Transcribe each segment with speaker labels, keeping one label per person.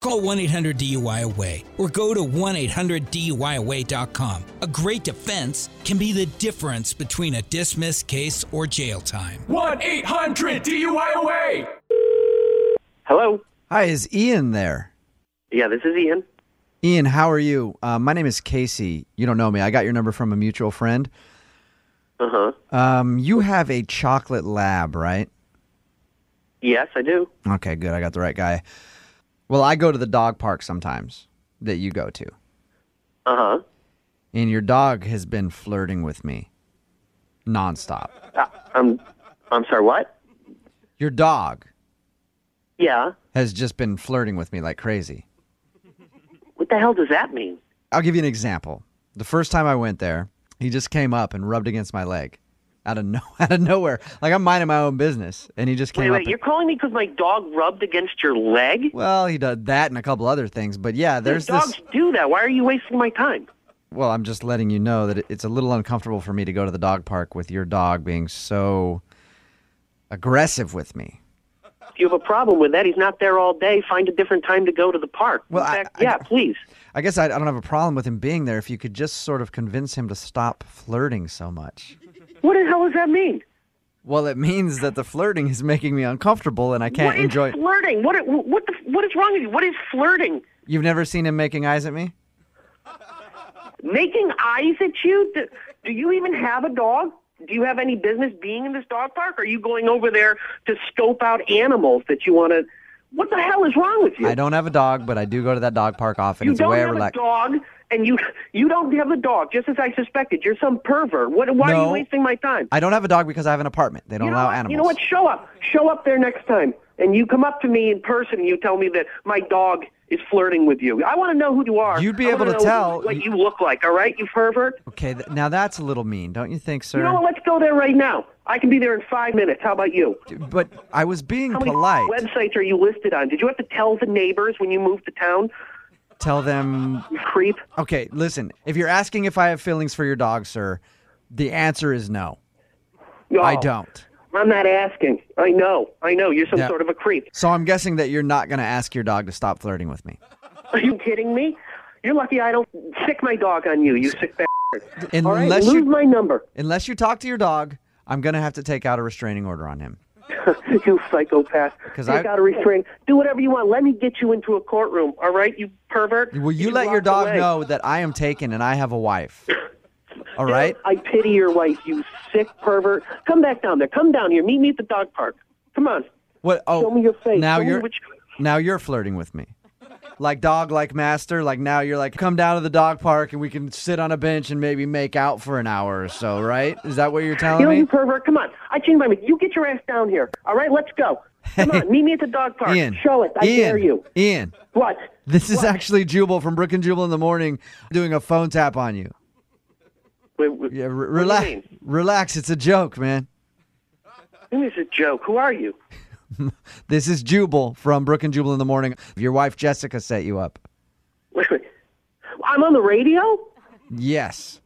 Speaker 1: Call 1 800 DUI Away or go to 1 800 DUIAway.com. A great defense can be the difference between a dismissed case or jail time.
Speaker 2: 1 800 DUIOA!
Speaker 3: Hello.
Speaker 4: Hi, is Ian there?
Speaker 3: Yeah, this is Ian.
Speaker 4: Ian, how are you? Uh, my name is Casey. You don't know me. I got your number from a mutual friend.
Speaker 3: Uh huh.
Speaker 4: Um, you have a chocolate lab, right?
Speaker 3: Yes, I do.
Speaker 4: Okay, good. I got the right guy. Well, I go to the dog park sometimes that you go to,
Speaker 3: Uh huh.
Speaker 4: and your dog has been flirting with me nonstop.
Speaker 3: I'm. Uh, um, I'm sorry. What?
Speaker 4: Your dog
Speaker 3: Yeah.
Speaker 4: has just been flirting with me like crazy.
Speaker 3: What the hell does that mean?
Speaker 4: I'll give you an example. The first time I went there, he just came up and rubbed against my leg out of no out of nowhere. Like I'm minding my own business, and he just came
Speaker 3: Wait,
Speaker 4: up.
Speaker 3: wait.
Speaker 4: and-
Speaker 3: You're calling me because my dog rubbed against your leg?
Speaker 4: Well, he did that and a couple other things, but yeah, there's
Speaker 3: dogs
Speaker 4: this.
Speaker 3: do that. Why are you wasting my time?
Speaker 4: Well, I'm just letting you know that it- it's a little uncomfortable for me to go to the dog park with your dog being so aggressive with me.
Speaker 3: If you have a problem with that, he's not there all day. Find a different time to go to the park.
Speaker 4: Well,
Speaker 3: In
Speaker 4: I-
Speaker 3: fact,
Speaker 4: I-
Speaker 3: yeah, please.
Speaker 4: I guess I, I don't have a problem with him being there if you could just sort of convince him to stop flirting so much.
Speaker 3: What the hell does that mean?
Speaker 4: Well, it means that the flirting is making me uncomfortable and I can't
Speaker 3: What is
Speaker 4: enjoy.
Speaker 3: flirting? What? What? The, what is wrong with you? What is flirting?
Speaker 4: You've never seen him making eyes at me?
Speaker 3: Making eyes at you? Do, do you even have a dog? Do you have any business being in this dog park? Are you going over there to scope out animals that you want to? What the hell is wrong with you?
Speaker 4: I don't have a dog, but I do go to that dog park often.
Speaker 3: you
Speaker 4: it's a
Speaker 3: don't
Speaker 4: way I
Speaker 3: have
Speaker 4: relax.
Speaker 3: a dog, and you you don't have a dog. Just as I suspected, you're some pervert. What? Why are
Speaker 4: No.
Speaker 3: you wasting my time?
Speaker 4: I don't have a dog because I have an apartment. They don't
Speaker 3: you know
Speaker 4: allow
Speaker 3: what?
Speaker 4: animals.
Speaker 3: You know what? Show up. Show up there next time, and you come up to me in person. and You tell me that my dog is flirting with you. I want to know who you are.
Speaker 4: You'd be
Speaker 3: I
Speaker 4: able
Speaker 3: wanna
Speaker 4: to
Speaker 3: know
Speaker 4: tell-
Speaker 3: what you look like. All right, you pervert.
Speaker 4: Okay, th- now that's a little mean, don't you think, sir?
Speaker 3: You know what? Let's go there right now. I can be there in five minutes. How about you?
Speaker 4: But I was being
Speaker 3: How many
Speaker 4: polite.
Speaker 3: websites are you listed on? Did you have to tell the neighbors when you moved to town?
Speaker 4: Tell them,
Speaker 3: You creep.
Speaker 4: okay, listen, if you're asking if I have feelings for your dog, sir, the answer is no.
Speaker 3: No,
Speaker 4: I don't.
Speaker 3: I'm not asking. I know. I know. You're some
Speaker 4: Yeah.
Speaker 3: sort of a creep.
Speaker 4: So I'm guessing that you're not going to ask your dog to stop flirting with me.
Speaker 3: Are you kidding me? You're lucky I don't sick my dog on you. You sick bastard. All right,
Speaker 4: Unless
Speaker 3: lose
Speaker 4: you
Speaker 3: my number.
Speaker 4: unless you talk to your dog, I'm going to have to take out a restraining order on him.
Speaker 3: you psychopath. Take
Speaker 4: I-
Speaker 3: out a restraint. Do whatever you want. Let me get you into a courtroom. All right, you pervert.
Speaker 4: Will you,
Speaker 3: You
Speaker 4: let your
Speaker 3: walked
Speaker 4: dog
Speaker 3: away.
Speaker 4: know that I am taken and I have a wife? All right?
Speaker 3: I pity your wife, you sick pervert. Come back down there. Come down here. Meet me at the dog park. Come on.
Speaker 4: What oh,
Speaker 3: Show me your face.
Speaker 4: Now
Speaker 3: Show me
Speaker 4: you're
Speaker 3: which-
Speaker 4: Now you're flirting with me. Like dog, like master. Like now you're like, come down to the dog park and we can sit on a bench and maybe make out for an hour or so, right? Is that what you're telling
Speaker 3: You know,
Speaker 4: me?
Speaker 3: you pervert. Come on. I changed my mind. You get your ass down here. All right, let's go. Come on. Meet me at the dog park.
Speaker 4: Ian.
Speaker 3: Show it. I
Speaker 4: Ian,
Speaker 3: dare you.
Speaker 4: Ian,
Speaker 3: What?
Speaker 4: this is actually Jubal from Brook and Jubal in the morning doing a phone tap on you.
Speaker 3: Wait, wait,
Speaker 4: Yeah,
Speaker 3: what
Speaker 4: r-
Speaker 3: do you
Speaker 4: relax.
Speaker 3: mean?
Speaker 4: Relax. It's a joke, man.
Speaker 3: This is a joke. Who are you?
Speaker 4: This is Jubal from Brook and Jubal in the morning. Your wife Jessica set you up.
Speaker 3: Wait, wait. I'm on the radio?
Speaker 4: Yes.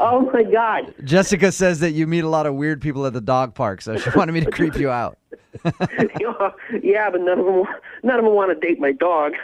Speaker 3: Oh, my God.
Speaker 4: Jessica says that you meet a lot of weird people at the dog park, so she wanted me to creep you out.
Speaker 3: yeah, but none of them, none of them want to date my dog.